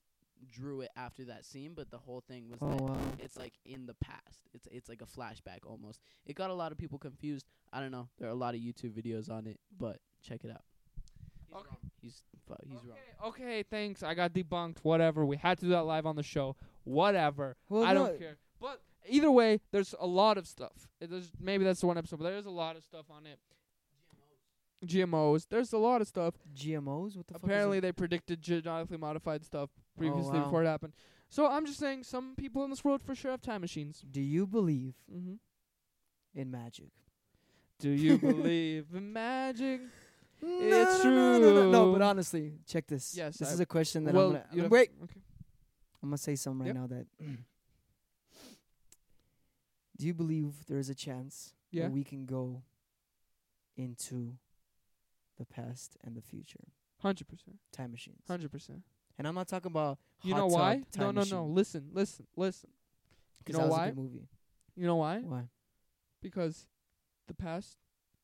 C: drew it after that scene, but the whole thing was
B: Oh
C: that
B: wow!
C: it's like in the past. It's it's like a flashback almost. It got a lot of people confused. I don't know. There are a lot of YouTube videos on it, but check it out. He's
A: Okay.
C: wrong. He's fu- he's wrong.
A: Okay, okay, thanks. I got debunked. Whatever. We had to do that live on the show. Whatever.
B: Well,
A: I
B: no,
A: don't care. But either way, there's a lot of stuff. Uh, There's maybe that's the one episode, but there's a lot of stuff on it. GMOs. There's a lot of stuff.
B: GMOs? What the fuck? is
A: Apparently,
B: it? Oh,
A: they predicted genetically modified stuff previously
B: wow.
A: before it happened. So I'm just saying, some people in this world for sure have time machines.
B: do you believe
A: Mm-hmm.
B: in magic?
A: Do you believe in magic? It's
B: No, no, No, no, no, no,
A: true.
B: but honestly, check this.
A: Yes,
B: this
A: I-
B: is a question that
A: well,
B: I'm gonna
A: you have-
B: wait.
A: Okay.
B: I'm gonna say something right
A: Yep.
B: now that. do you believe there is a chance
A: Yeah.
B: that we can go into the past and the future,
A: Hundred percent.
B: time machines?
A: Hundred percent.
B: And I'm not talking about
A: You
B: hot
A: know
B: tub
A: why?
B: Time
A: No, no,
B: machine,
A: no. Listen, listen, listen.
B: 'cause
A: know
B: that was
A: why?
B: A good movie.
A: You know why?
B: Why?
A: Because the past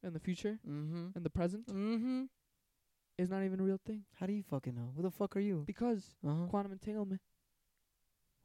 A: and the future
B: Mm-hmm.
A: and the present
B: Mm-hmm.
A: is not even a real thing.
B: How do you fucking know? Who the fuck are you?
A: Because
B: Uh-huh.
A: quantum entanglement.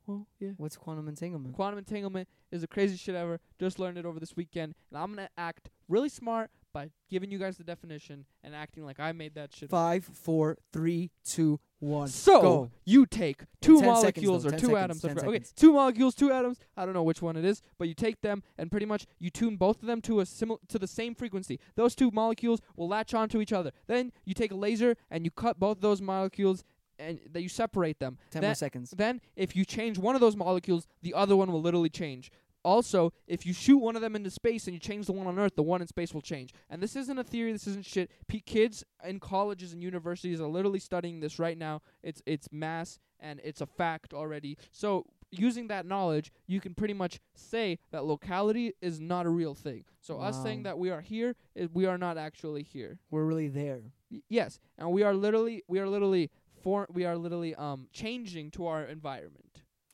A: Well, yeah.
B: What's quantum entanglement?
A: Quantum entanglement is the craziest shit ever. Just learned it over this weekend, and I'm gonna act really smart by giving you guys the definition and acting like I made that shit. up.
B: Five, four, three, two, one.
A: So
B: go.
A: you take two
B: 10 seconds,
A: molecules
B: though,
A: or
B: 10
A: two
B: seconds,
A: atoms. I
B: 10
A: forgot- okay,
B: seconds.
A: two molecules, two atoms. I don't know which one it is, but you take them and pretty much you tune both of them to a simil- to the same frequency. Those two molecules will latch onto each other. Then you take a laser and you cut both of those molecules and that you separate them.
B: Ten
A: That-
B: more seconds.
A: Then if you change one of those molecules, the other one will literally change. Also, if you shoot one of them into space and you change the one on Earth, the one in space will change. And this isn't a theory. This isn't shit. P- kids in colleges and universities are literally studying this right now. It's it's mass and it's a fact already. So using that knowledge, you can pretty much say that locality is not a real thing. So us saying
B: Wow.
A: that we are here, i- we are not actually here.
B: We're really there.
A: Y- yes, and we are literally we are literally for we are literally um changing to our environment.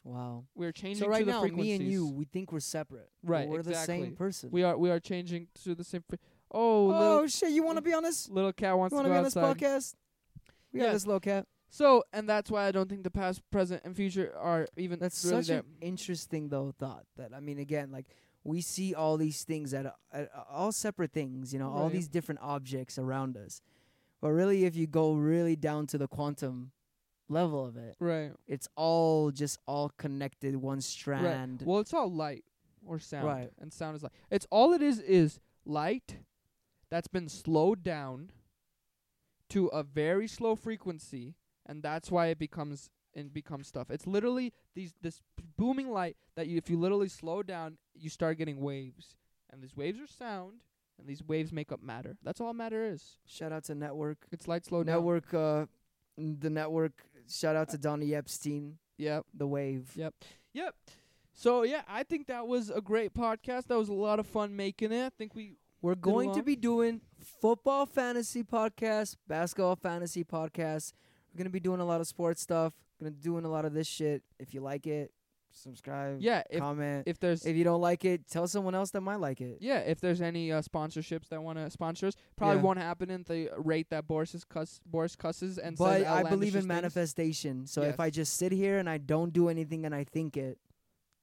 B: Wow.
A: We are changing
B: So right
A: to the
B: now, me
A: frequencies.
B: and you, we think we're separate. but
A: Right,
B: We're the
A: exactly.
B: same person.
A: We are we are changing to the same. Fre- oh,
B: oh
A: little,
B: shit! You want to be on this?
A: little cat wants
B: You
A: to
B: want
A: go
B: to be on this
A: outside.
B: podcast? We got
A: Yeah.
B: this low cat.
A: So, and that's why I don't think the past, present, and future are even
B: That's
A: really
B: such
A: there.
B: an interesting though thought. That I mean, again, like we see all these things at, at uh, all separate things. You know, all
A: Right.
B: these different objects around us. But really, if you go really down to the quantum level of it,
A: right.
B: it's all just all connected, one strand.
A: Well, it's all light or sound,
B: Right.
A: and sound is light. It's all it is is light that's been slowed down to a very slow frequency, and that's why it becomes and becomes stuff. It's literally these this booming light that you, if you literally slow down, you start getting waves, and these waves are sound, and these waves make up matter. That's all matter is.
B: Shout out to network.
A: It's light slowed down.
B: network. Uh, the network. Shout out to Donnie Epstein.
A: Yep.
B: The wave.
A: Yep. Yep. So yeah, I think that was a great podcast. That was a lot of fun making it. I think we
B: We're going to
A: along.
B: be doing football fantasy podcast, basketball fantasy podcast. We're gonna be doing a lot of sports stuff. Gonna be doing a lot of this shit. If you like it, subscribe.
A: yeah, if
B: comment.
A: if there's
B: If you don't like it, tell someone else that might like it.
A: yeah, if there's any uh, sponsorships that want to sponsor us, probably
B: Yeah.
A: won't happen at the rate that Boris is cuss Boris cusses and
B: but
A: says
B: I believe
A: outlandish
B: in
A: things,
B: manifestation. So
A: Yes.
B: if I just sit here and I don't do anything and I think it,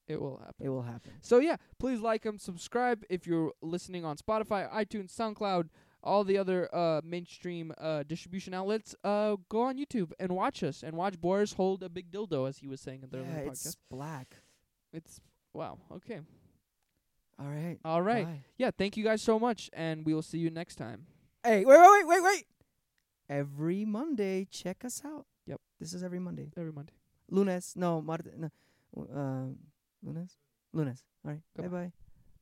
A: It will happen.
B: it will happen.
A: So yeah, please like and subscribe if you're listening on Spotify, iTunes, SoundCloud, all the other uh, mainstream uh, distribution outlets. Uh, go on YouTube and watch us and watch Boris hold a big dildo as he was saying in the
B: Yeah,
A: earlier
B: it's
A: podcast.
B: black.
A: It's wow. Okay.
B: All right.
A: All right.
B: bye.
A: Yeah. Thank you guys so much, and we will see you next time.
B: Hey, wait, wait, wait, wait, wait. Every Monday, check us out.
A: Yep.
B: This is every Monday.
A: Every Monday.
B: Uh, Lunes. No, martes. No. Um, lunes. Lunes. All right.
A: Goodbye.
B: Bye bye.